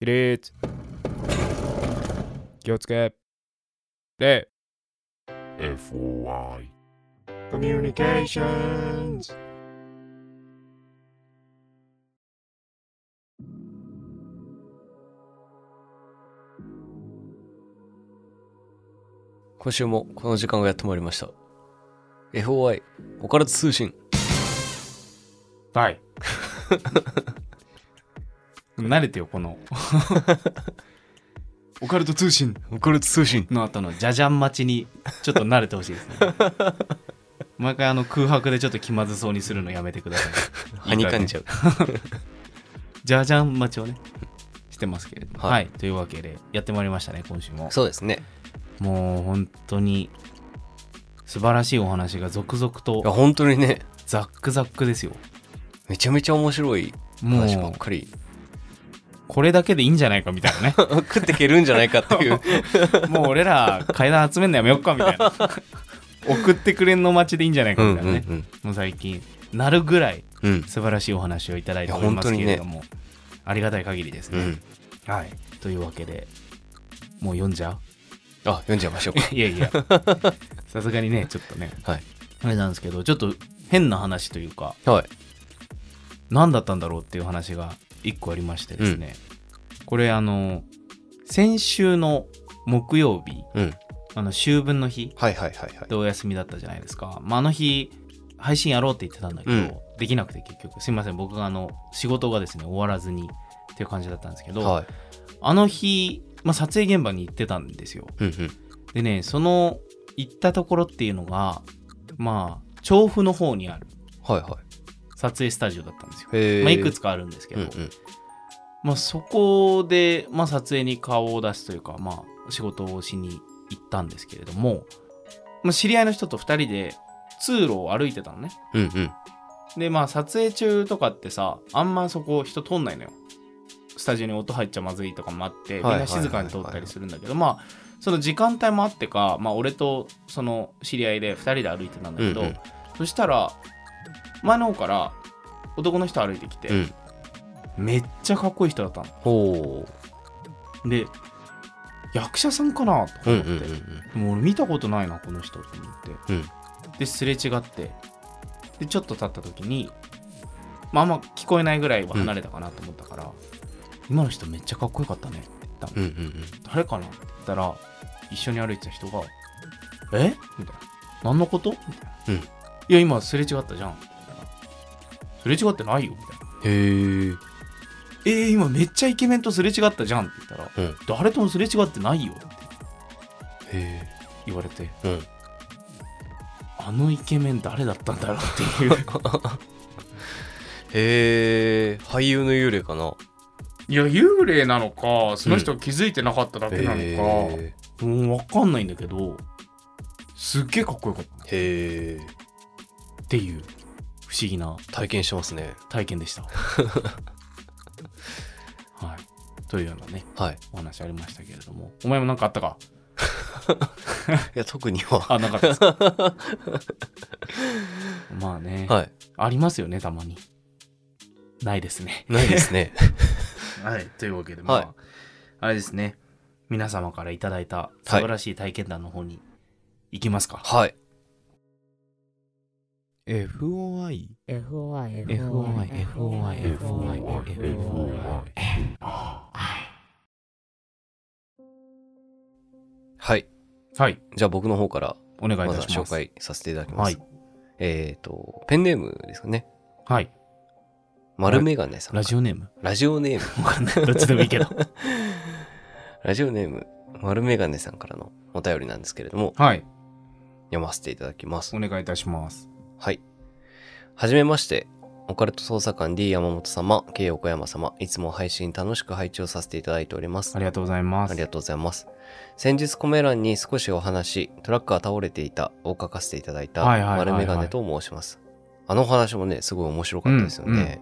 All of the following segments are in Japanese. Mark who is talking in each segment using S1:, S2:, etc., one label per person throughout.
S1: 起立気をつけ礼
S2: FOI
S1: コミュニケーションズ
S3: 今週もこの時間がやってまいりました FOI オカルト通信
S4: はい慣れてよ このオカルト通信
S3: オカルト通信
S4: の後のじゃじゃん待ちにちょっと慣れてほしいですね毎回あの空白でちょっと気まずそうにするのやめてく ださい
S3: はにかんじゃう
S4: じゃじゃん 待ちをねしてますけれども
S3: は
S4: はいい、というわけでやってまいりましたね今週も
S3: そうですね
S4: もう本当に素晴らしいお話が続々
S3: いや
S4: と
S3: 本当にね
S4: ザックザックですよ
S3: めちゃめちゃ面白い
S4: も
S3: 話ばっ
S4: う
S3: かり
S4: これだけでいいんじゃないかみたいなね
S3: 食ってけるんじゃないかって いう
S4: もう俺ら階段集めるのやめよっかみたいな送ってくれんの待ちでいいんじゃないか
S3: うん
S4: み
S3: う
S4: たい
S3: ん
S4: な
S3: う
S4: ね、
S3: ん
S4: もう最近なるぐらい
S3: うん
S4: 素晴らしいお話をいただいておりますけれども、ありがたい限りです
S3: う
S4: ね、
S3: ん
S4: はいというわけでもう読んじゃう
S3: あ読んじゃいましょう
S4: いやいやさすがにねちょっとね
S3: かはい
S4: あれなんですけどちょっと変な話というか
S3: はい
S4: 何だったんだろうっていう話が一個ありましてですね、これあの先週の木曜日
S3: うん
S4: あの秋分の日
S3: はいはいはいはい
S4: でお休みだったじゃないですか、まあ、あの日配信やろうって言ってたんだけど、
S3: うん
S4: できなくて結局すいません僕があの仕事がですね終わらずにっていう感じだったんですけど、
S3: はい
S4: あの日、まあ、撮影現場に行ってたんですよ
S3: うんうん
S4: でねその行ったところっていうのがまあ調布の方にある
S3: はいは
S4: 撮影スタジオだったんですよ、
S3: いへえ
S4: まあ、いくつかあるんですけ
S3: うん
S4: ど、
S3: うん
S4: まあ、そこで、まあ、撮影に顔を出すというか、まあ、仕事をしに行ったんですけれども、まあ、知り合いの人と2人で通路を歩いてたのね
S3: うんうん
S4: でまあ撮影中とかってさあんまそこ人通んないのよスタジオに音入っちゃまずいとかもあってみん
S3: はいはいはい
S4: な静かに通ったりするんだけどまあその時間帯もあってか、まあ、俺とその知り合いで2人で歩いてたんだけど、
S3: うんうん
S4: そしたら前の方から男の人歩いてきて、
S3: うん
S4: めっちゃかっこいい人だった
S3: ほ
S4: ので役者さんかなとか
S3: ううん
S4: 思
S3: うん
S4: って、
S3: うん
S4: でも俺見たことないなこの人と思って、
S3: うん
S4: ですれ違ってでちょっと経った時にまああんま聞こえないぐらいは離れたかなと思ったから、今の人めっちゃかっこよかったねって言ったの、
S3: うんうんうん
S4: 誰かなって言ったら一緒に歩いてた人が「えみたいな「何のこと?」みたいな「
S3: うん
S4: いや今すれ違ったじゃん」みたいな「すれ違ってないよ」みたいな
S3: へえ
S4: えー、今めっちゃイケメンとすれ違ったじゃんって言ったら、
S3: うん
S4: 誰ともすれ違ってないよって
S3: へ
S4: 言われて、
S3: うん
S4: あのイケメン誰だったんだろうって いう
S3: えへえ俳優の幽霊かない
S1: や幽霊なのかそ
S3: の人
S1: 気づいてなかっただ
S3: へ
S4: うん分かんないんだけどすっげえかっこよかったっ
S3: えへえ
S4: ていう不思議な
S3: 体験してますね
S4: 体験 でしたはいというようなね
S3: はい
S4: お話ありましたけれどもお前も何かあったか
S3: いや特には
S4: あなかったですか まあね、
S3: はい
S4: ありますよねたまにないですね
S3: ないですね
S4: はい、というわけで、まあ、
S3: はい
S4: あれですね、皆様からいただいた素晴らしい体験談の方に行きますか。
S3: はい
S2: FOI
S5: FOI
S4: FOI FOI FOI
S2: FOI
S3: はい
S4: はい、
S3: じゃあ僕の方から
S4: お願
S3: ま
S4: いい
S3: ず
S4: た
S3: は
S4: しま
S3: 紹
S4: す。
S3: 介させていただきます、
S4: はい、
S3: えっ、とペンネームですかね
S4: はい、
S3: 丸メガネさん
S4: ラジオネーム。
S3: オラジオネーム
S4: わかんないどっちでもいいけど。
S3: ラジオネーム丸メガネさんからのお便りなんですけれども
S4: はい、
S3: 読ませていただきます
S4: お願いいたします。
S3: はい。はじめまして。オカルト捜査官 D 山本様、K 横山様、いつも配信楽しく配置をさせていただいております。
S4: ありがとうございま
S3: あ
S4: す
S3: り。がとうございます。先日コメ欄に少しお話し、トラックが倒れていたを書かせていただいた
S4: はいはいはいはい
S3: 丸メガネと申します。あのお話もね、すごい面白かったですよね。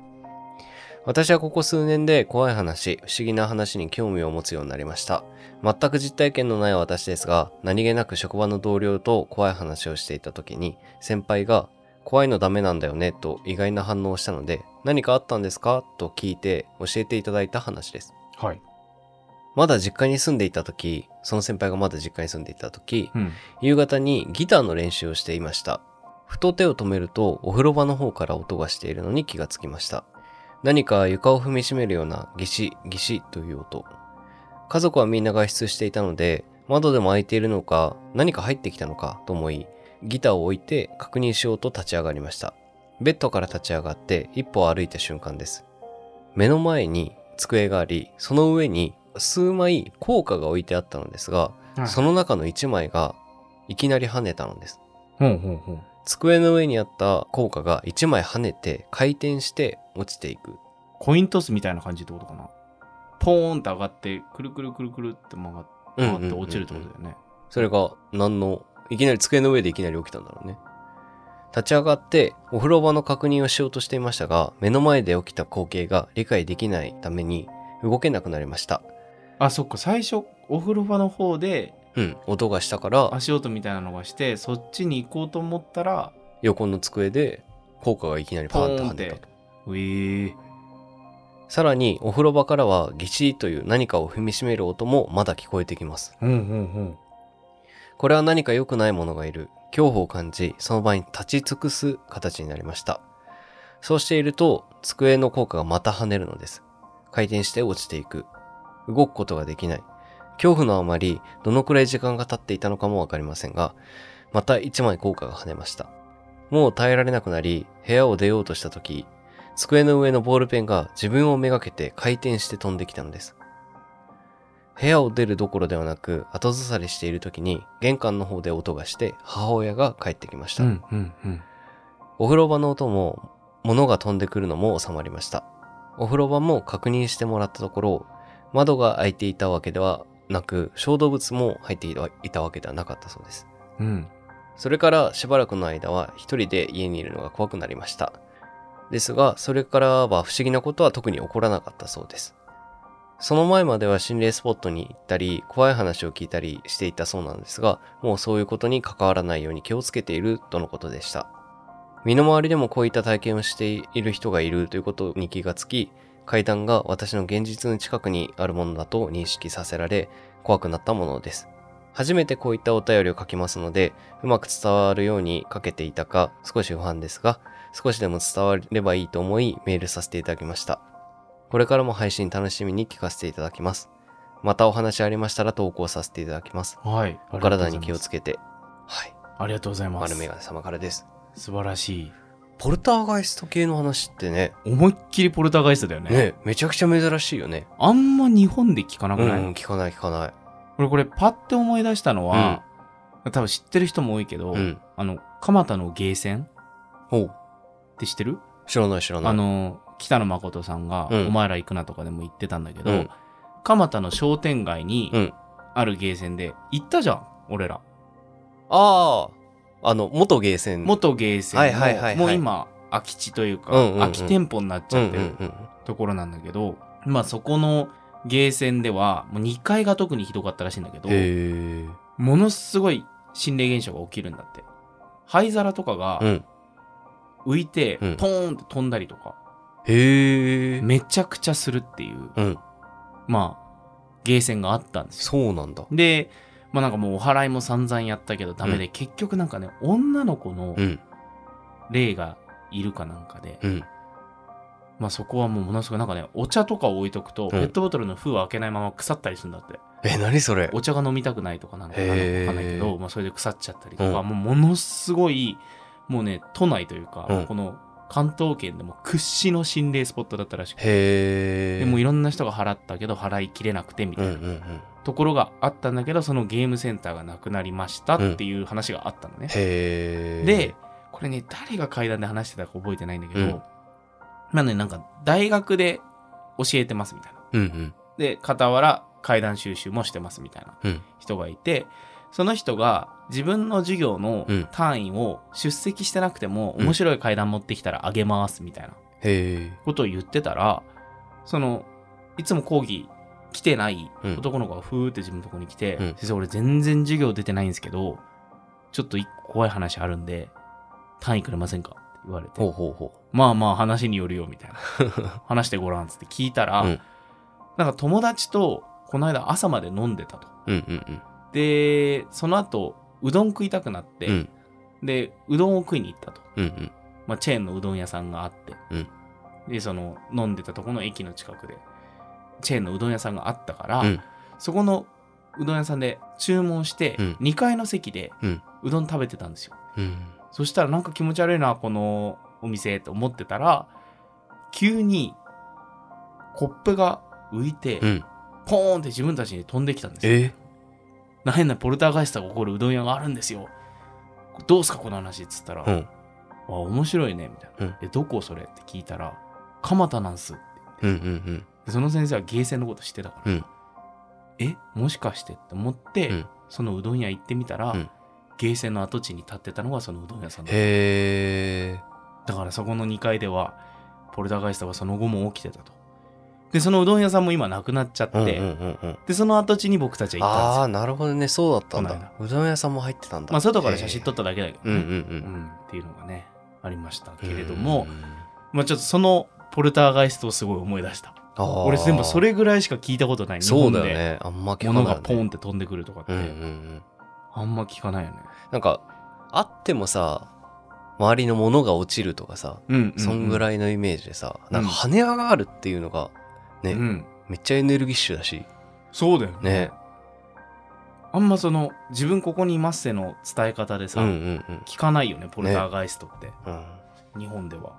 S3: 私はここ数年で怖い話、不思議な話に興味を持つようになりました。全く実体験のない私ですが、何気なく職場の同僚と怖い話をしていた時に、先輩が、怖いのダメなんだよねと意外な反応をしたので、何かあったんですかと聞いて教えていただいた話です。
S4: はい、
S3: まだ実家に住んでいた時、その先輩がまだ実家に住んでいた時、
S4: うん。
S3: 夕方にギターの練習をしていました。ふと手を止めるとお風呂場の方から音がしているのに気がつきました。何か床を踏みしめるようなギシギシという音。家族はみんな外出していたので窓でも開いているのか何か入ってきたのかと思いギターを置いて確認しようと立ち上がりました。ベッドから立ち上がって一歩歩いた瞬間です。目の前に机がありその上に数枚硬貨が置いてあったのですが、
S1: はい
S3: その中の1枚がいきなり跳ねたのです。
S4: ほうほうほう。
S3: 机の上にあった硬貨が1枚跳ねて回転して落ちていく。
S4: コイントスみたいな感じってことかな。ポーンって上がって、くるくるくるくるって曲がっ
S3: うんう
S4: 曲
S3: んうん
S4: が
S3: う
S4: っ
S3: ん
S4: て落ちるってことだよね。
S3: それが何の、いきなり机の上でいきなり起きたんだろうね。立ち上がってお風呂場の確認をしようとしていましたが、目の前で起きた光景が理解できないために動けなくなりました。
S4: あ、そっか。最初、お風呂場の方で
S3: うん、音がしたから
S4: 足音みたいなのがして、そっちに行こうと思ったら、
S3: 横の机で効果がいきなりパーンと跳ねたと。
S4: うえー、
S3: さらにお風呂場からはギシーという何かを踏みしめる音もまだ聞こえてきます。
S4: うんうんうん。
S3: これは何か良くないものがいる。恐怖を感じ、その場に立ち尽くす形になりました。そうしていると、机の効果がまた跳ねるのです。回転して落ちていく。動くことができない。恐怖のあまり、どのくらい時間が経っていたのかもわかりませんが、また一枚効果が跳ねました。もう耐えられなくなり、部屋を出ようとした時、机の上のボールペンが自分をめがけて回転して飛んできたのです。部屋を出るどころではなく後ずさりしている時に玄関の方で音がして母親が帰ってきました、
S4: うんうんうん。
S3: お風呂場の音も物が飛んでくるのも収まりましたお風呂場も確認してもらったところ窓が開いていたわけではなく小動物も入っていたわけではなかったそうです
S4: うん。
S3: それからしばらくの間は一人で家にいるのが怖くなりました。ですが、それからは不思議なことは特に起こらなかったそうです。その前までは心霊スポットに行ったり、怖い話を聞いたりしていたそうなんですが、もうそういうことに関わらないように気をつけているとのことでした。身の回りでもこういった体験をしている人がいるということに気がつき、階段が私の現実の近くにあるものだと認識させられ、怖くなったものです。初めてこういったお便りを書きますので、うまく伝わるように書けていたか少し不安ですが、少しでも伝わればいいと思いメールさせていただきました。これからも配信楽しみに聞かせていただきます。またお話ありましたら投稿させていただきます。
S4: はい。
S3: お体に気をつ
S4: け
S3: けて。はい。
S4: ありがとうございま
S3: 丸
S4: す
S3: メ。ガネ様からです。
S4: 素晴らしい。
S3: ポルターガイスト系の話ってね、
S4: 思いっきりポルターガイストだよね。
S3: ね、めちゃくちゃ珍しいよね。
S4: あんま日本で聞かな
S3: う
S4: くない、
S3: ん、聞かない聞かない。
S4: 俺これパッて思い出したのは、多分知ってる人も多いけど、
S3: うん。
S4: あの、蒲田のゲーセンっ
S3: ほう。
S4: て知ってる、
S3: 知らない知らない。
S4: あの、北野誠さんが、
S3: うん
S4: お前ら行くなとかでも言ってたんだけど、
S3: うん
S4: 蒲田の商店街に
S3: うん
S4: あるゲーセンで、行ったじゃん、俺ら。
S3: ああ、あの、元ゲーセン。
S4: 元ゲーセ
S3: はいはいはいはい
S4: ンの、もう今、空き地というか、
S3: うんうんうん
S4: 空き店舗になっち
S3: うん
S4: ゃ
S3: う
S4: っ
S3: ん
S4: て
S3: う
S4: る
S3: ん。
S4: ところなんだけど、まあそこのゲーセンでは、もう2階が特にひどかったらしいんだけど、
S3: へえ。
S4: ものすごい心霊現象が起きるんだって灰皿とかが
S3: うん。
S4: 浮いてポ
S3: うん
S4: ーンって飛んだりとか、
S3: へえ。
S4: めちゃくちゃするっていう
S3: うん。
S4: まあゲーセンがあったんですよ
S3: そうなんだ。
S4: でまあなんかもうお祓いも散々やったけどダメで、結局なんかね女の子の
S3: うん。
S4: 霊がいるかなんかで、
S3: うん。
S4: まあそこはもうものすごいなんかねお茶とかを置いとくと、ペットボトルの封を開けないまま腐ったりするんだって
S3: え、何それ
S4: お茶が飲みたくないとかなんかなんかわかんないけ
S3: へ
S4: ど、
S3: ー
S4: まあ、それで腐っちゃったりとか、
S3: うん
S4: もうものすごいもうね都内というか、
S3: うん
S4: この関東圏でも屈指の心霊スポットだったらしくて、
S3: へえ。
S4: でもうい
S3: い
S4: ろんな人が払ったけど払いきれなくてみた
S3: う
S4: い
S3: ん
S4: な、
S3: うんうん。
S4: ところがあったんだけどそのゲームセンターがなくなりましたっていう話があったのね、
S3: へえ。
S4: で、これね誰が階段で話してたか覚えてないんだけど、
S3: うん
S4: まあねなんか大学で教えてますみたいな
S3: うんうん。
S4: で傍ら階段収集もしてますみたいな
S3: うん
S4: 人がいて、その人が自分の授業の
S3: うん
S4: 単位を出席してなくても
S3: うん
S4: 面白い階段持ってきたらあげますみたいな
S3: へえ。
S4: ことを言ってたらそのいつも講義来てない
S3: うん
S4: 男の子がふーって自分のとこに来て「
S3: うん
S4: 先生俺全然授業出てないんですけどちょっと一個怖い話あるんで単位くれませんか?」って言われて
S3: ほうほうほ
S4: まあま あ話によるよみたいな話してごらんっつって聞いたら、
S3: うん
S4: なんか友達とこの間朝まで飲んでたと。
S3: うんうん
S4: で、その後、うどん食いたくなって、
S3: うん
S4: で、うどんを食いに行ったと。
S3: うんうん
S4: まあ、チェーンのうどん屋さんがあって、
S3: うん
S4: で、その、飲んでたとこの駅の近くで、チェーンのうどん屋さんがあったから、
S3: うん
S4: そこのうどん屋さんで注文して、
S3: うん
S4: 2階の席で
S3: うん
S4: うどん食べてたんですよ。
S3: うん
S4: そしたらなんか気持ち悪いな、このお店と思ってたら、急にコップが浮いて、
S3: うん
S4: ポーンって自分たちに飛んできたんですよ。
S3: え
S4: な変なポルターガイストが起こるうどん屋があるんですよ。どうすかこの話っつったら、
S3: う
S4: あ
S3: ん
S4: 面白いねみたいな。
S3: うん
S4: えどこそれって聞いたら、蒲田なんすって
S3: うんうん
S4: でその先生はゲーセンのこと知ってたから、
S3: うん
S4: えもしかしてって思って、
S3: うん
S4: そのうどん屋行ってみたら、
S3: うん
S4: ゲーセンの跡地に立ってたのがそのうどん屋さんだった
S3: へえ
S4: だからそこの2階ではポルターガイストはその後も起きてたとでそのうどん屋さんも今なくなっちゃって、
S3: うんうんうんうん
S4: でその跡地に僕たちは行ったんです
S3: あ
S4: よ
S3: あなるほどねそうだったん
S4: この
S3: だうどん屋さんも入ってたんだ
S4: まあ外から写真撮っただけだけど
S3: うんう
S4: ね、
S3: ん
S4: う
S3: うん
S4: んっていうのがねありましたけ
S3: うん
S4: れども、まあ、ちょっとそのポルターガイストをすごい思い出した
S3: あー
S4: 俺全部それぐらいしか聞いたことない日
S3: そう
S4: 本
S3: だよ
S4: で
S3: ねあんま聞かない
S4: 物
S3: よね
S4: がポンって飛んでくるとかって、
S3: うんうんうん
S4: あんま聞かないよね
S3: なんかあってもさ周りの物が落ちるとかさ
S4: うん
S3: そんぐ
S4: い、
S3: らいのイメージでさ、なんか跳ね上がるっていうのがね、
S4: うん、
S3: めっちゃエネルギッシュだし
S4: そうだよね
S3: ね
S4: あんまその自分ここにいますせの伝え方で
S3: う
S4: さ、
S3: んうんうん
S4: 聞かないよねポルターガイストって、
S3: うん
S4: 日本では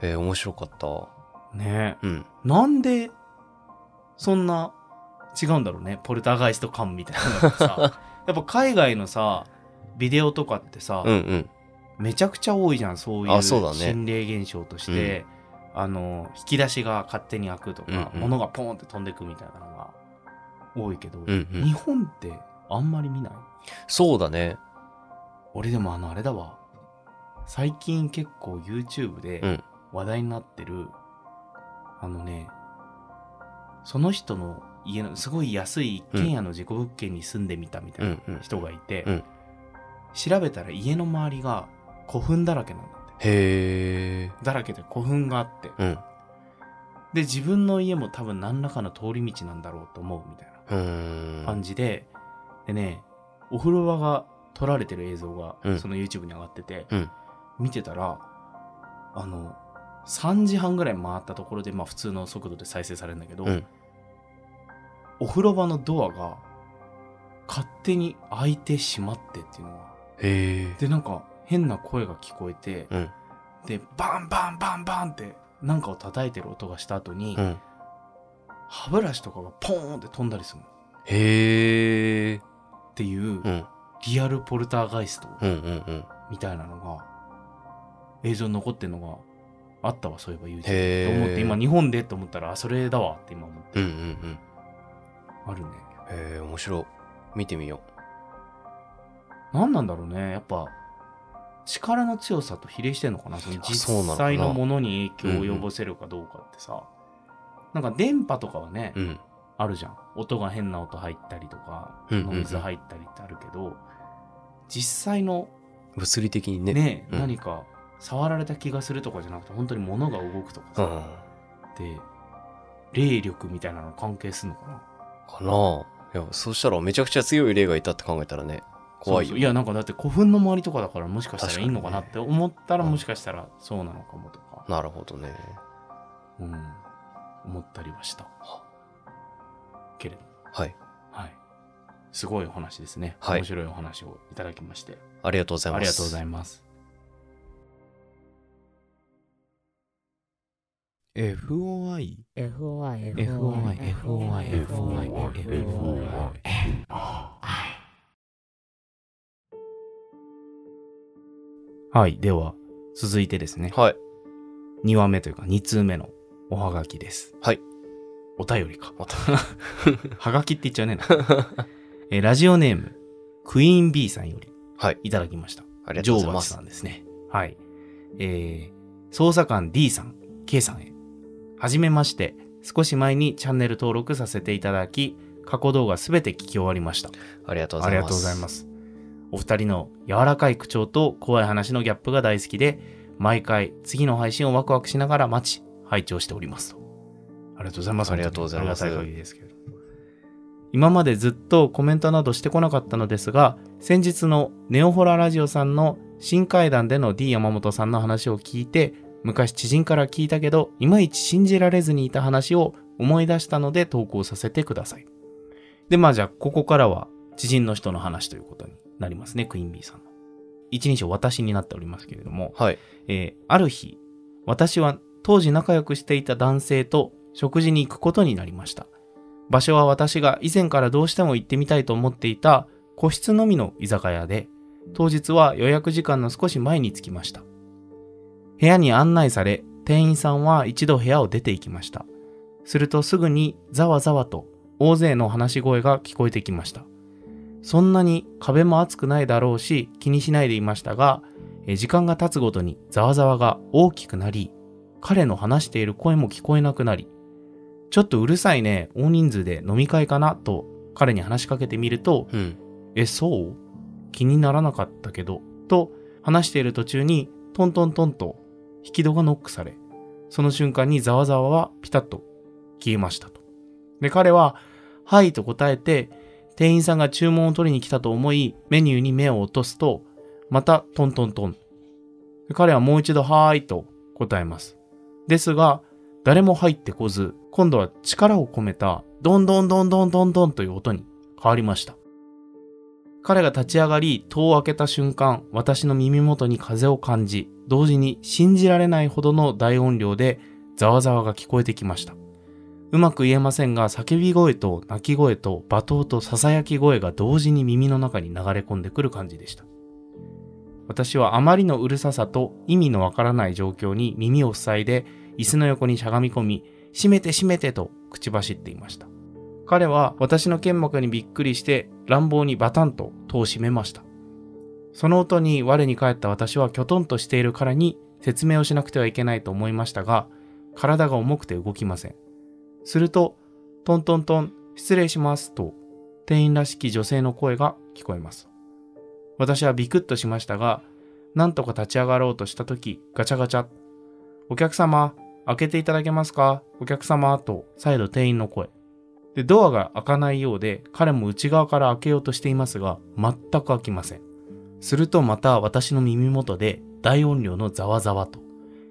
S3: えー面白かった
S4: ね
S3: うん
S4: なんでそんな違うんだろうねポルターガイスト感みたいなの がさやっぱ海外のさビデオとかってさ、
S3: うんうん
S4: めちゃくちゃ多いじゃんそういう
S3: あそうだね
S4: 心霊現象としてあ、の引き出しが勝手に開くとか、
S3: うんうん
S4: 物がポンって飛んでくみたいなのが多いけど、
S3: うんう
S4: 日
S3: ん
S4: 本ってあんまり見ない
S3: そうだね
S4: 俺でもあのあれだわ最近結構 YouTube
S3: う
S4: で
S3: ん
S4: 話題になってる、あのねその人の家のすごい安い一軒家の事故物件に住んでみたみた
S3: う
S4: いなん
S3: うん
S4: 人がいて、
S3: うん
S4: 調べたら家の周りが古墳だらけなんだって
S3: へえ
S4: だらけで古墳があって
S3: うん
S4: で自分の家も多分何らかの通り道なんだろうと思うみたいうな
S3: ー
S4: 感
S3: ん
S4: じで、でねお風呂場が撮られてる映像が、
S3: うん
S4: その YouTube に上がってて、
S3: うん
S4: 見てたらあの3時半ぐらい回ったところで、まあ、普通の速度で再生されるんだけど、
S3: うん
S4: お風呂場のドアが勝手に開いてしまってっていうのが
S3: へえ
S4: でなんか変な声が聞こえて、
S3: うん
S4: でバンバンバンバンってなんかを叩いてる音がした後に、
S3: うん
S4: 歯ブラシとかがポーンって飛んだりするの
S3: へえ
S4: っていう
S3: うん
S4: リアルポルターガイスト
S3: うんうんうん
S4: みたいなのが映像に残ってるのがあったわそういえば YouTube
S3: へ
S4: と
S3: ー
S4: 思って今日本でと思ったらあそれだわって今思って
S3: うんうんうん
S4: あるね
S3: へえ面白い見てみよ
S4: 何なんだろうねやっぱ力の強さと比例してんのかなその
S3: そうなの
S4: 実
S3: かな
S4: 際のものに影響を及ぼせるかどうかってさ、なんか電波とかはね、
S3: ううん
S4: あるじゃん音が変な音入ったりとか、
S3: うんうんうん
S4: ノイズ入ったりってあるけど実際の
S3: 物理的にね
S4: ね、
S3: うん
S4: 何か触られた気がするとかじゃなくて本当に物が動くとか
S3: う
S4: さ、
S3: ん
S4: で霊力みたいなの関係するのかな
S3: かないやそしたらめちゃくちゃ強い霊がいたって考えたらね怖い
S4: そうそ
S3: よ
S4: ういやなんかだって古墳の周りとかだからもしかしたらいいのかなって思ったら、
S3: うん
S4: もしかしたらそうなのかもとか、
S3: なるほどね
S4: うん、思ったりはしたけれど
S3: はい
S4: はいすごいお話ですね、
S3: はい
S4: 面白いお話をいただきまして
S3: ありがとうございます
S4: ありがとうございます。
S2: FOI FOI
S5: FOI FOI
S2: FOI
S5: FOI
S2: FOI
S4: はい、では続いてですね、
S3: はい
S4: 2話目というか2通目のおはがきです。
S3: はい。
S4: お便りか。
S3: お
S4: はがきって言っちゃうねえな。えーラジオネーム、クイーン B さんより
S3: はい
S4: いただきました。
S3: ありが
S4: ジ
S3: とう
S4: ョ
S3: ござい
S4: ーバ
S3: ま
S4: チ
S3: す
S4: さんですね。はい。えー捜査官 D さん、K さんへ。はじめまして、少し前にチャンネル登録させていただき、過去動画すべて聞き終わりました。
S3: ありがとうご
S4: あ
S3: ざいます
S4: りがとうございます。お二人の柔らかい口調と怖い話のギャップが大好きで、毎回次の配信をワクワクしながら待ち、拝聴しておりますと。ありがとうございます。
S3: ありがとうございます
S4: 本当にありがたい限りですけど。今までずっとコメントなどしてこなかったのですが、先日のネオホララジオさんの新会談での D 山本さんの話を聞いて、昔知人から聞いたけど、いまいち信じられずにいた話を思い出したので投稿させてください。で、まあじゃあ、ここからは知人の人の話ということになりますね、クイーンビーさんの。一人称私になっておりますけれども、
S3: はい。
S4: えーある日、私は当時仲良くしていた男性と食事に行くことになりました。場所は私が以前からどうしても行ってみたいと思っていた個室のみの居酒屋で、当日は予約時間の少し前に着きました。部屋に案内され、店員さんは一度部屋を出て行きました。するとすぐにざわざわと大勢の話し声が聞こえてきました。そんなに壁も厚くないだろうし気にしないでいましたが、えー時間が経つごとにざわざわが大きくなり、彼の話している声も聞こえなくなり、ちょっとうるさいね、大人数で飲み会かなと彼に話しかけてみると、
S3: うん。
S4: え、そう気にならなかったけど、と話している途中にトントントンと引き戸がノックされ、その瞬間にざわざわはピタッと消えましたと。で、彼は、はいと答えて、店員さんが注文を取りに来たと思い、メニューに目を落とすと、またトントントン。で彼はもう一度はーいと答えます。ですが、誰も入ってこず、今度は力を込めた、どんどんどんどんどんどんという音に変わりました。彼が立ち上がり、戸を開けた瞬間、私の耳元に風を感じ、同時に信じられないほどの大音量で、ざわざわが聞こえてきました。うまく言えませんが、叫び声と泣き声と罵倒と囁き声が同時に耳の中に流れ込んでくる感じでした。私はあまりのうるささと意味のわからない状況に耳を塞いで、椅子の横にしゃがみ込み、閉めて閉めてと口走っていました。彼は私の剣幕にびっくりして乱暴にバタンと戸を閉めました。その音に我に返った私はきょとんとしているからに説明をしなくてはいけないと思いましたが、体が重くて動きません。すると、トントントン、失礼しますと、店員らしき女性の声が聞こえます。私はビクッとしましたが、なんとか立ち上がろうとしたとき、ガチャガチャ。お客様、開けていただけますかお客様、と、再度店員の声。で、ドアが開かないようで、彼も内側から開けようとしていますが、全く開きません。するとまた私の耳元で、大音量のざわざわと、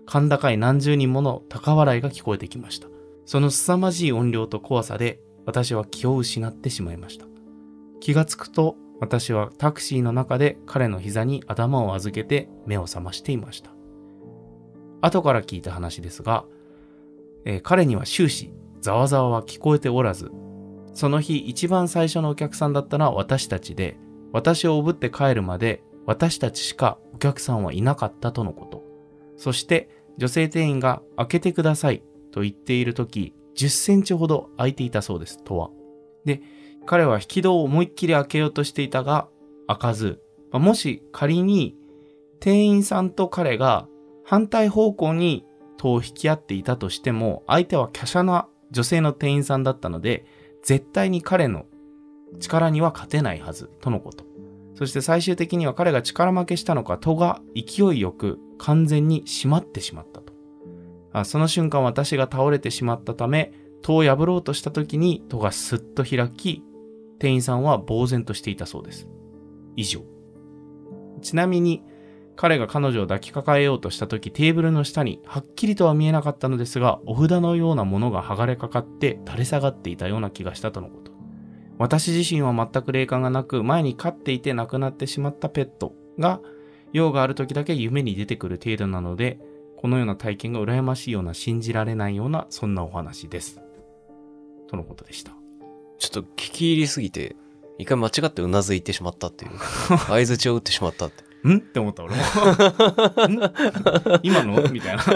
S4: 甲高い何十人もの高笑いが聞こえてきました。その凄まじい音量と怖さで、私は気を失ってしまいました。気がつくと、私はタクシーの中で彼の膝に頭を預けて目を覚ましていました。後から聞いた話ですが、えー彼には終始、ざわざわは聞こえておらず、その日一番最初のお客さんだったのは私たちで、私をおぶって帰るまで私たちしかお客さんはいなかったとのこと。そして女性店員が開けてくださいと言っている時、10センチほど開いていたそうです、とは。で、彼は引き戸を思いっきり開けようとしていたが、開かず、まあもし仮に店員さんと彼が反対方向に戸を引き合っていたとしても、相手は華奢な女性の店員さんだったので、絶対に彼の力には勝てないはずとのことそして最終的には彼が力負けしたのか戸が勢いよく完全に閉まってしまったとあその瞬間私が倒れてしまったため戸を破ろうとした時に戸がスッと開き店員さんは呆然としていたそうです以上ちなみに彼が彼女を抱きかかえようとした時テーブルの下にはっきりとは見えなかったのですがお札のようなものが剥がれかかって垂れ下がっていたような気がしたとのこと私自身は全く霊感がなく前に飼っていて亡くなってしまったペットが用がある時だけ夢に出てくる程度なのでこのような体験が羨ましいような信じられないようなそんなお話ですとのことでした
S3: ちょっと聞き入りすぎて、一回間違ってうなずいてしまった っていう。相づちを打ってしまったって。
S4: んって思った俺も ん今のみたいなす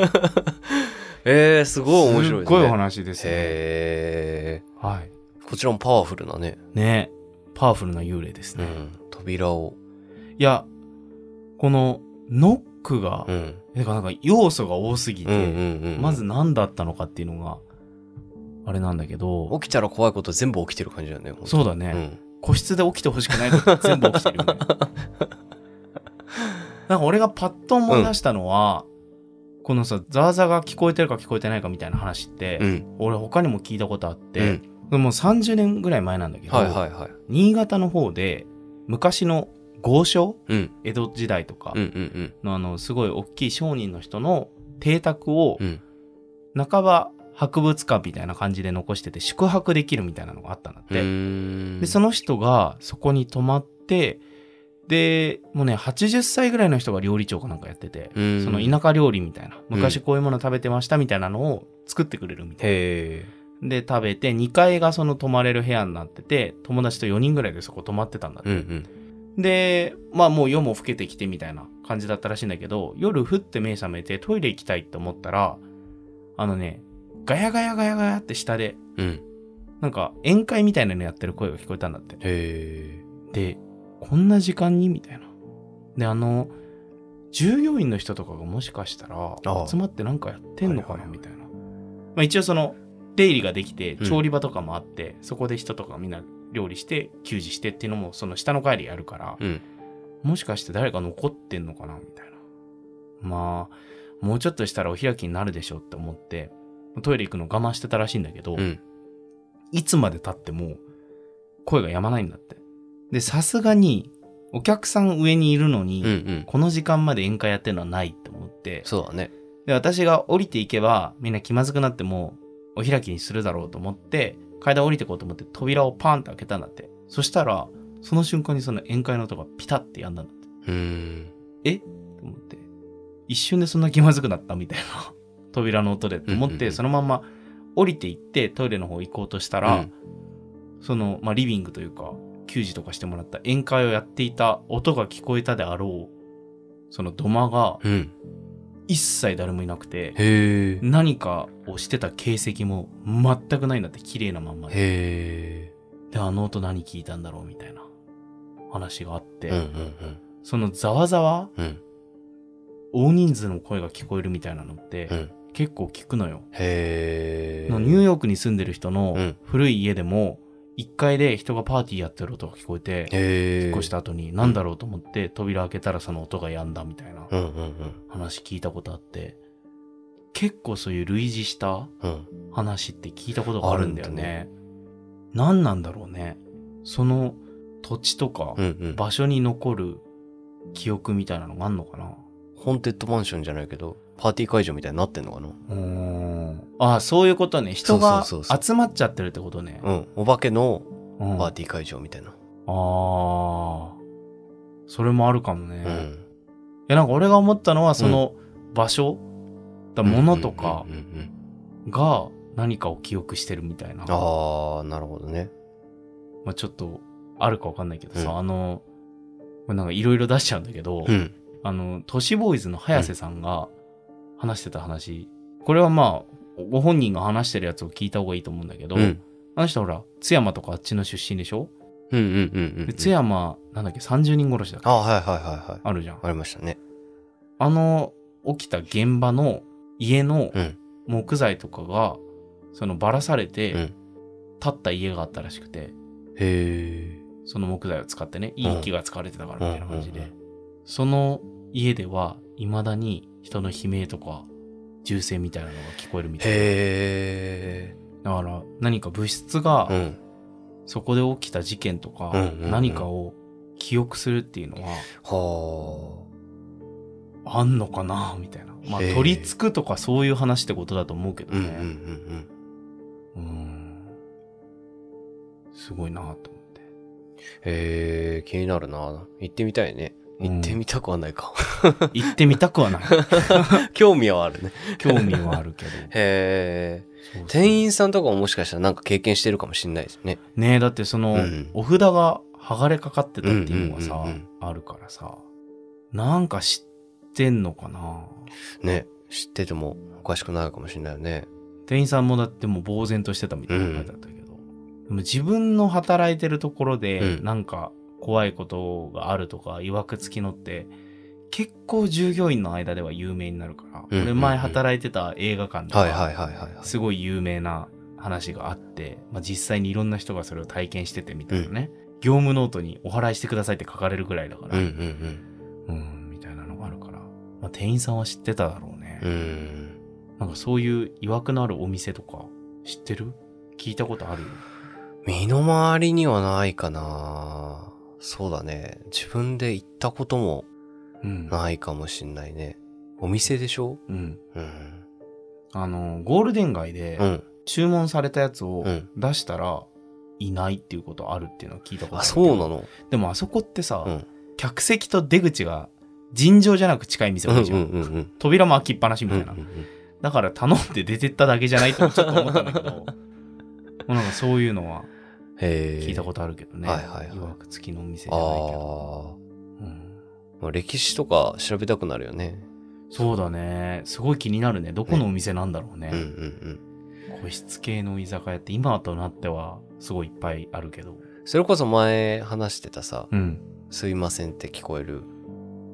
S3: えー、すごい面白いですね。
S4: ごい お話ですね
S3: へ
S4: はい
S3: ー。こちらもパワフルなね。
S4: ねパワフルな幽霊です
S3: う
S4: ね、
S3: ん。扉を。
S4: いや、このノックが
S3: う、ん。
S4: てかなんか要素が多すぎ
S3: うんうん
S4: て、
S3: うんうん。
S4: まず何だったのかっていうのが、あれなんだけど、
S3: 起きたら怖いこと全部起きてる感じだよね。
S4: そう
S3: だ
S4: だね、
S3: ね。
S4: 個室で起きてほしくないこと全部起きてるよ ね。なんか俺がパッと思い出したのは、このさザワザワが聞こえてるか聞こえてないかみたいな話って、
S3: うん。
S4: 俺他にも聞いたことあっ
S3: う
S4: て、
S3: ん
S4: もう30年ぐらい前なんだけど、
S3: はいはいはい。
S4: 新潟の方で昔の豪商
S3: うん。
S4: 江戸時代とか
S3: うんうん
S4: のあのすごい大きい商人の人の邸宅を
S3: うん。うん。
S4: 半ば博物館みたいな感じで残してて宿泊できるみたいなのがあったんだって、
S3: で
S4: でそ
S3: の、
S4: の人がそこに泊まってでもうね80歳ぐらいの人が料理長かなんかやってて、
S3: そ
S4: その田舎料理みたいな昔こういうもの食べてましたみたいなのを作ってくれるみたいな。
S3: へ
S4: で食べて2階がその泊まれる部屋になってて友達と4人ぐらいでそこ泊まってたんだっ
S3: え。う
S4: て、
S3: ん
S4: でまあもう夜も更けてきてみたいな感じだったらしいんだけど夜ふって目覚めてトイレ行きたいって思ったらあのねガヤガヤガヤガヤって下で
S3: うん。うん。
S4: なんか宴会みたいなのやってる声が聞こえたんだって
S3: へ
S4: でこんな時間にみたいなであの従業員の人とかがもしかしたら
S3: ああ
S4: 集まってなんかやってんのか
S3: はいはいは
S4: な
S3: い
S4: みたいな、まあ、一応その出入りができて
S3: うん
S4: 調理場とかもあって、そこで人とかみんな料理して給仕してっていうのもその下の階でやるから、
S3: え。うん。
S4: もしかして誰か残ってんのかなみたいなまあもうちょっとしたらお開きになるでしょって思ってトイレ行くの我慢してたらしいんだけど、
S3: うん。
S4: いつまで経っても声が止まないんだって。で、さすがにお客さん上にいるのに、
S3: うんうん。
S4: この時間まで宴会やってるのはないって思って、
S3: そうだね。
S4: で、私が降りていけばみんな気まずくなってもお開きにするだろうと思って、階段降りてこうと思って扉をパーンって開けたんだって。そしたら、その瞬間にその宴会の音がピタッてやんだんだって。
S3: うーん。
S4: と思って、一瞬でそんな気まずくなったみたいな 扉の音でと思っ
S3: うんうんう
S4: て、
S3: ん
S4: そのまま降りていってトイレの方行こうとした
S3: う
S4: ら、
S3: ん
S4: その、まあ、リビングというか、給仕とかしてもらった宴会をやっていた音が聞こえたであろう、その土間が
S3: うん。
S4: 一切誰もいなくて、
S3: へえ。
S4: 何かをしてた形跡も全くないんだって、綺麗なまんまで。
S3: へ
S4: で、あの音何聞いたんだろうみたいな話があって、
S3: え。うんうん
S4: そのざわざわ、
S3: うん。うん。
S4: 大人数の声が聞こえるみたいなのって、
S3: うん。
S4: 結構聞くのよ。
S3: へえ。
S4: のニューヨークに住んでる人の
S3: うん
S4: 古い家でも、1階で人がパーティーやってる音が聞こえて、
S3: へえ。
S4: 引っ越した。後に何だろうと思って扉開けたらその音が止んだみたいな
S3: うんうんうん。
S4: 話聞いたことあって結構そういう類似した
S3: うん。
S4: 話って聞いたことがあるんだよね
S3: あ
S4: 何なんだろうねその土地とか
S3: うんうん。
S4: 場所に残る記憶みたいなのがあんのかな
S3: ホーンテッドマンションじゃないけど、パーティー会場みたいになってんのかな
S4: うーんああそういうことね人が
S3: そうそうそうそう
S4: 集まっちゃってるってことね
S3: うん。お化けの
S4: うん
S3: パー
S4: あ
S3: ティー会場みたいな。
S4: あそれもあるかもね、
S3: う
S4: い
S3: ん。
S4: やなんか俺が思ったのはその場所、だものとか
S3: うんうんうんうん。
S4: が何かを記憶してるみたいな、ま
S3: ああ、なるほどね。
S4: あ、ちょっとあるかわかんないけどさ、
S3: うん
S4: あのこれなんかいろいろ出しちゃうんだけど、
S3: うん。
S4: あの都市ボーイズの早瀬さんが話してた話、これはまあご本人が話してるやつを聞いた方がいいと思うんだけど、
S3: うん。
S4: あの人ほら津山とかあっちの出身でしょ
S3: うんうんうんうん。
S4: で津山なんだっけ30人殺しだっけ
S3: あはいはいはいはい。
S4: あるじゃん
S3: ありましたね。
S4: あの起きた現場の家の
S3: うん
S4: 木材とかがそのばらされて、
S3: うん
S4: 建った家があったらしくて
S3: へえ。
S4: その木材を使ってねいい木が使われてたからみたいな感じで、
S3: うんうん
S4: その家では未だに人の悲鳴とか銃声みたいなのが聞こえるみたいな
S3: へ
S4: だから何か物質が
S3: え。うん。
S4: そこで起きた事件とか、
S3: うんうんうん
S4: 何かを記憶するっていうのは
S3: は
S4: あんのかなみたいなまあ
S3: へー
S4: 取り付くとかそういう話ってことだと思うけ
S3: あ。
S4: ど
S3: うんうん
S4: ね、
S3: うん
S4: うーんすごいなと思って。
S3: うん。へえ、気になるな。行ってみたいね。
S4: うん
S3: 行ってみたくはないか。
S4: 行ってみたくはない。
S3: 興味はあるね。
S4: 興味はあるけど。
S3: へえ。
S4: そうそう
S3: 店員さんとかももしかしたらなんか経験してるかもしれないですね。
S4: ねえ、だってその、
S3: うん
S4: お札が剥がれかかってたっていうのがさ、
S3: うんうんうん
S4: あるからさ、なんか知ってんのかな
S3: ね。知っててもおかしくないかもしれないよね。
S4: 店員さんもだってもう呆然としてたみたいな感じだったけど、でも自分の働いてるところで、
S3: うん
S4: なんか怖いことがあるとか、いわくつきのって、結構従業員の間では有名になるから、
S3: うんうん
S4: 俺前働いてた映画館とか、
S3: はいはいはいはいはい。
S4: すごい有名な話があって、まあ、実際にいろんな人がそれを体験しててみたいなね、業務ノートにお払いしてくださいって書かれるぐらいだか
S3: う
S4: ら、
S3: んうんうん。
S4: うんみたいなのがあるから、まあ、店員さんは知ってただろうね。
S3: う
S4: ね。
S3: ん。
S4: なんかそういう曰くのあるお店とか知ってる聞いたことある
S3: 身の回りにはないかな。そうだね。自分で行ったことも
S4: うん。
S3: ないかもしんないね。お店でしょ
S4: うん。
S3: うん。
S4: あの、ゴールデン街
S3: う
S4: で
S3: ん。
S4: 注文されたやつを
S3: うん
S4: 出したらいないっていうことあるっていうのは聞いたことある。
S3: あ、そうなの
S4: でもあそこってさ、
S3: うん
S4: 客席と出口が尋常じゃなく近い店
S3: うん
S4: 多
S3: う
S4: い
S3: ん
S4: じ
S3: う
S4: ゃん。
S3: んうん。
S4: 扉も開きっぱなしみ
S3: う
S4: た
S3: ん
S4: いな。だから頼んで出てっただけじゃない とちょっと思ったんだけど、もうなんかそういうのは
S3: へえ。
S4: 聞いたことあるけどね。
S3: はいはいはい
S4: わくつきのお店じ
S3: あ
S4: ゃ
S3: あ
S4: ないけど。うん
S3: ー。まあ歴史とか調べたくなるよね。
S4: そうだね。すごい気になるね。どこのお店なんだろうね。
S3: うんうんうん。
S4: 個室系の居酒屋って今となってはすごいいっぱいあるけど。
S3: それこそ前話してたさ、
S4: うん。
S3: すいませんって聞こえる、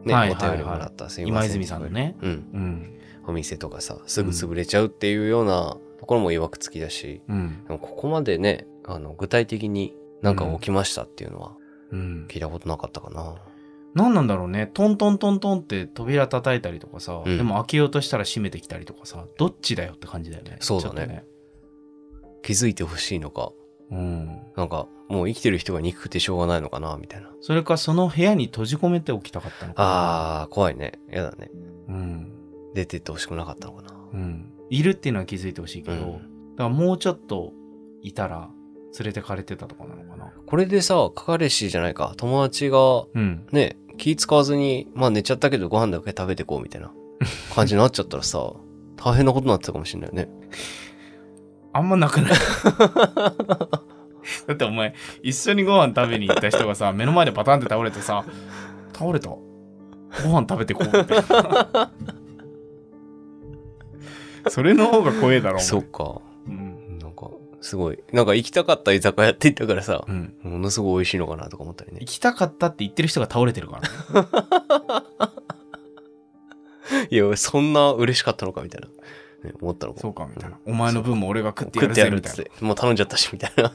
S3: ね、
S4: はいはいはい
S3: お便りもらった、すいま
S4: 今
S3: せん。
S4: 泉さんの。ね。
S3: うん、
S4: うん。
S3: お店とかさ、すぐ潰れちゃうっていうようなところもいわくつきだし、
S4: うん。
S3: でもここまでね、あの、具体的になんか起きましたっていうのは
S4: うん。
S3: 聞いたことなかったかな。
S4: 何なんだろうねトントントントンって扉叩いたりとかさ、
S3: うん
S4: でも開けようとしたら閉めてきたりとかさどっちだよって感じだよね
S3: そうだね
S4: ちょっと
S3: 気づいてほしいのか、
S4: うん
S3: なんかもう生きてる人が憎くてしょうがないのかな、みたいな。
S4: それかその部屋に閉じ込めておきたかったのかな
S3: あー、怖いね。やだね。
S4: うん
S3: 出てってほしくなかったのかな。
S4: うんいるっていうのは気づいてほしいけど、
S3: うん
S4: だからもうちょっといたら連れてかれてたとかなのかな
S3: これでさ、彼氏じゃないか、友達が
S4: うん
S3: ね、気使わずに、まあ寝ちゃったけどご飯だけ食べてこうみたいな感じになっちゃったらさ、大変なことになってたかもしれないよね。
S4: あんまなくない だってお前一緒にご飯食べに行った人がさ目の前でパタンって倒れてさ倒れたご飯食べてこうみ たいなそれの方が怖えだろお前
S3: そうか。
S4: うん
S3: なんか、すごい。なんか行きたかった居酒屋って言ったからさ
S4: う、ん
S3: ものすごい美味しいのかなとか思ったり ね
S4: 行。きたかったって言ってる人が倒れてるからね、
S3: いや、そんな嬉しかったのかみたいな。ね思ったのか。
S4: そうかみたいなお前の分も俺が食ってや
S3: 食っ
S4: る
S3: てや
S4: ぜ
S3: るっ
S4: みた
S3: つ
S4: い
S3: っ
S4: な
S3: て。もう頼んじゃったし、みたいな。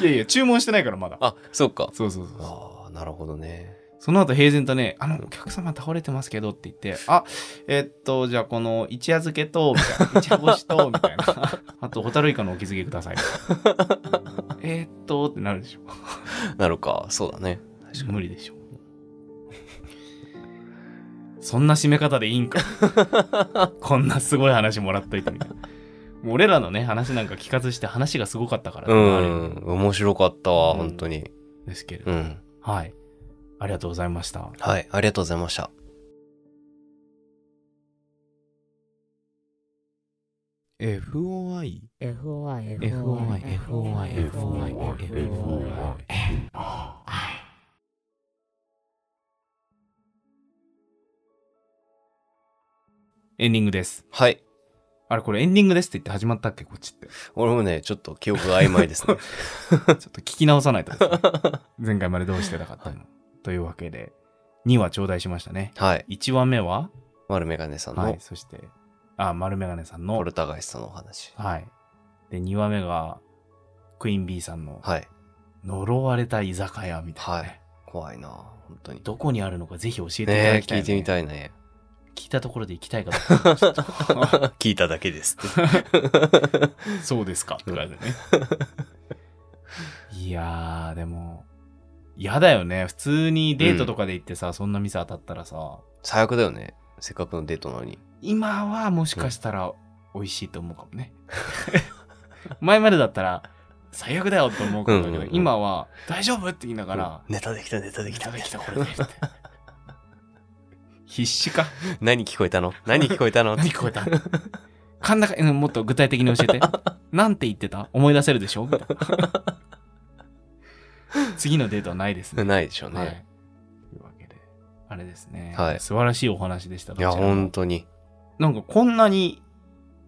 S4: いやいや注文してないからまだ
S3: あ、そうか。
S4: そうそうそうそう
S3: ああ、なるほどね。
S4: その後平然とね、あの、お客様倒れてますけどって言って、あ、えっと、じゃあこの一夜漬けと、みた いな、一夜干しと、みたいな、あと、ホタルイカのお気づきくだ さい。えっと、ってなるでしょ。
S3: なるか。そうだね。
S4: 無理でしょ。そんな締め方でいいんか。 こんなすごい話もらっといてみたいな。もう俺らのね、話なんか聞かずして話がすごかったから、
S3: う
S4: あれ
S3: ん。面白かったわ、
S4: うん
S3: 本当に。
S4: ですけれど、
S3: うん。
S4: はい。ありがとうございました。
S3: はい。ありがとうございました。
S2: FOI
S5: FOI
S2: FOI FOI FOI FOI
S4: エンディングです。
S3: はい。
S4: あれ、これエンディングですって言って始まったっけこっちって。
S3: 俺もね、ちょっと記憶が曖昧 ですね。
S4: ちょっと聞き直さないとです ね。前回までどうしてたかっていうの。というわけで、2話頂戴しましたね。
S3: はい。
S4: 1話目は、
S3: 丸メガネさん
S4: は
S3: の
S4: い、そして、あ、丸メガネさん
S3: ポ
S4: の
S3: ル、タガイストのお話。
S4: はい。で、2話目が、クイーン B さんの、
S3: はい。
S4: 呪われた居酒屋みたいな、ね
S3: はい怖いな本当に。
S4: どこにあるのかぜひ教えていた
S3: ね
S4: だ
S3: え
S4: きたい、
S3: 聞いてみ
S4: い。
S3: たいね。
S4: 聞いたところで行きたいかと思いました。
S3: 聞いただけです。
S4: そうですか。とかでね。 いやー、でも、嫌だよね。普通にデートとかで行ってさ、そんな店当たったらさ、
S3: 最悪だよね。せっかくのデートなのに。
S4: 今はもしかしたら美味しいと思うかもね。 前までだったら、最悪だよって思うかもだけど、
S3: うんうんうん
S4: 今は、大丈夫って言いながら、
S3: ネタできた、ネタで
S4: い
S3: き
S4: た
S3: た。
S4: だきたこれでって。必死か。
S3: 何聞こえたの 何聞こえたの
S4: 何聞こえた甲高いうんもっと具体的 に教えて。なんて言ってた思い出せるでしょみたいな次のデートはないですね。
S3: ないでしょう
S4: は
S3: ね。
S4: い。というわけで、あれですね。
S3: はい
S4: 素晴らしいお話でした。
S3: いや、
S4: どちらも
S3: 本当に。
S4: なんかこんなに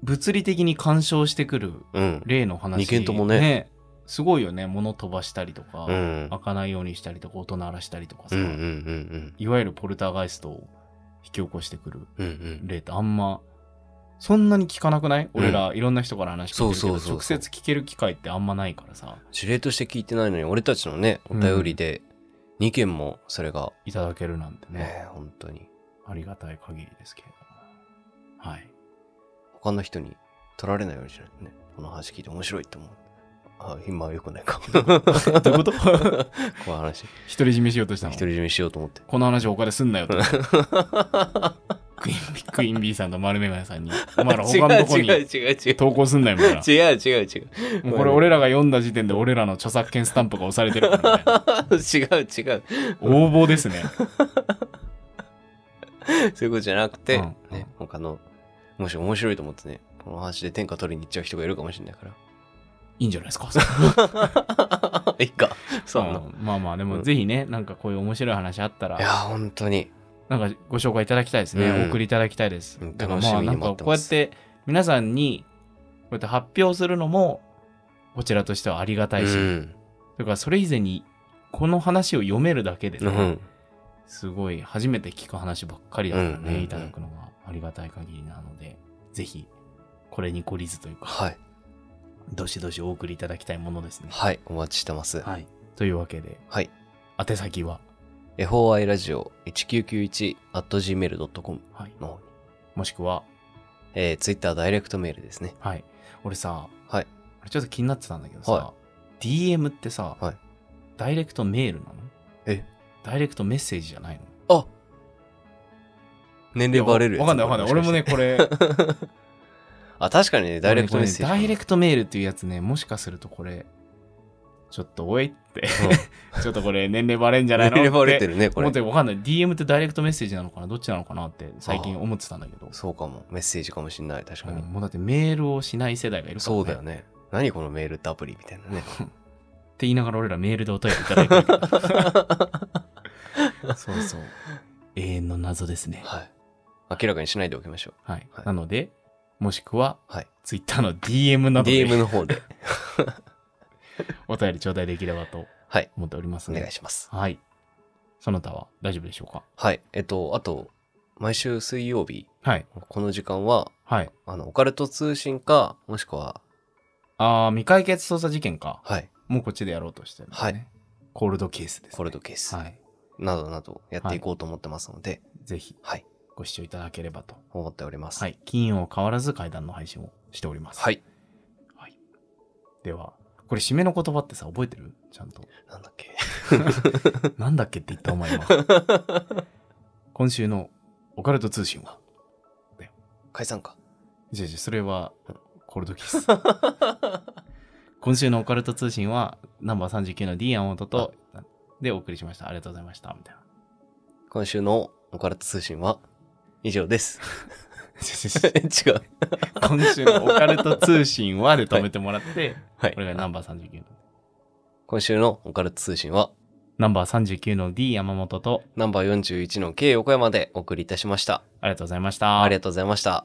S4: 物理的に干渉してくる
S3: うん。
S4: 例の話。
S3: 二件ともね
S4: すごいよね。物飛ばしたりとか、
S3: うん。
S4: 開かないようにしたりとか、音鳴らしたりとか
S3: う
S4: さ、
S3: んうんうん
S4: いわゆるポルターガイストを引き起こしてくる
S3: うん。うんうん。
S4: 例ってあんまそんなに聞かなくない俺らいろんな人から話聞いてる
S3: そう
S4: け
S3: そ
S4: ど
S3: うそうそう
S4: 直接聞ける機会ってあんまないからさ
S3: 事例として聞いてないのに、俺たちのね、お便りで、2件もそれが、
S4: いただけるなんてね
S3: ね、本当に。
S4: ありがたい限りですけれども。はい。
S3: 他の人に取られないようにしないとね。この話聞いて面白いって思う。あ、今は良くない か。
S4: どういうこと
S3: こ の話。
S4: 独り占めしようとしたの
S3: 独り占めしようと思って。
S4: この話他ですんなよ と。クイーンビークイーンビーさんと丸メガネさんに、お前ら
S3: 違
S4: 他
S3: う
S4: のとこ
S3: 違う
S4: に
S3: 違う違う。
S4: 投稿すんなよみたいな。
S3: 違う違う違う。
S4: もうこれ俺らが読んだ時点で俺らの著作権スタンプが押されてるからね。
S3: 違う違う。
S4: 横暴ですね。
S3: そういうことじゃなくて、
S4: うん
S3: ね、他の、もし面白いと思ってね、この話で天下取りに行っちゃう人がいるかもしれないから。
S4: いいんじゃないですか。
S3: いいか。そんな。
S4: うんまあまあ、で
S3: うん
S4: もぜひね、なんかこういう面白い話あった
S3: いや
S4: ら、
S3: ー、本当に。
S4: なんかご紹介いただきたいですね。
S3: うん
S4: お送りいただきたいです。
S3: うん
S4: だから
S3: 楽し
S4: まあ、
S3: み
S4: な
S3: に
S4: ん
S3: 待っ
S4: か
S3: て
S4: こう
S3: ま
S4: や
S3: す
S4: って皆さんに、こうやって発表するのも、こちらとしてはありがたいし、
S3: うん。
S4: だからそれ以前に、この話を読めるだけで
S3: う
S4: ね、
S3: ん。
S4: すごい初めて聞く話ばっかりだからね、
S3: うんうんうん
S4: いただくのがありがたい限りなので、ぜひ、これに懲りずというか、
S3: はい。
S4: どしどしお送りいただきたいものですね。
S3: はい。お待ちしてます。はい。
S4: はい。というわけで、宛先は、
S3: FOI ラジオ 1991-gmail.com
S4: はい、
S3: の方に。
S4: もしくは、
S3: えー、Twitter ダイレクトメールですね。
S4: はい。俺さ、
S3: はい
S4: 俺ちょっと気になってたんだけどさ、
S3: は
S4: DM ってさ、
S3: はい
S4: ダイレクトメールなの
S3: え
S4: ダイレクトメッセージじゃないの
S3: あ年齢バレるやつ
S4: わかんないわかんない。俺も。ね、これ、
S3: あ、確かに ね、ダイレクトメッセージ。
S4: 俺ねこれねダイレクトメールっていうやつね、もしかするとこれ、ちょっとおいって、 ちょっとこれ年齢バレんじゃないの
S3: 年齢バレ
S4: って
S3: てるね、こ
S4: 思
S3: れ
S4: っ。てわかんない。DM ってダイレクトメッセージなのかなどっちなのかなって最近思ってたんだけど。
S3: そうかも。メッセージかもしんない。確か
S4: うん
S3: に。
S4: もうだってメールをしない世代がいるから、
S3: そうだよ
S4: ね。
S3: ね。何このメールってアプリみたいなね。
S4: って言いながら俺らメールでお便りいただいてるけど そうそう。永遠の謎ですね。
S3: はい。明らかにしないでおきましょ
S4: はい。
S3: はい
S4: なので、もしくは、
S3: はい
S4: Twitter の DM
S3: う。
S4: など
S3: DM
S4: で
S3: の 方で。
S4: お便り頂戴できればと
S3: はい。
S4: 思っております
S3: お
S4: ので
S3: 願いします。
S4: はい。その他は大丈夫でしょうか
S3: はい。えっと、あと、毎週水曜日、
S4: はい。
S3: この時間は、
S4: はい。
S3: あの、オカルト通信か、もしくは、
S4: ああ、未解決捜査事件か。
S3: はい、
S4: もうこっちでやろうとしてるんですね、
S3: はい
S4: コールドケースです、ね。
S3: コールドケース、
S4: はい。
S3: などなどやっていこうと思ってますので、
S4: ぜひ
S3: はい、
S4: ご視聴いただければと。
S3: 思っております。。
S4: はいい。金曜は変わらず会談の配信をしております。
S3: は。い。
S4: では、これ締めの言葉ってさ、覚えてるち ゃんと。
S3: なんだっけ。
S4: なんだっけって言ったお前今。今週のオカルト通信は。
S3: 解散か。
S4: じゃじゃそれはコールドキ ス。今週のオカルト通信は、ナンバー39の D 山本と、でお送りしました。ありがとうございました。みたいな。
S3: 今週のオカルト通信は、以上 です。
S4: 今
S3: 違う。
S4: 週のオカルト通信はで止めてもらって、
S3: は
S4: これが
S3: い。
S4: ナンバー39の。
S3: 今週のオカルト通信は、
S4: ナンバー39の D 山本と、
S3: ナンバー41の K 横山でお送りいたしました。
S4: ありがとうございました。
S3: ありがとうございました。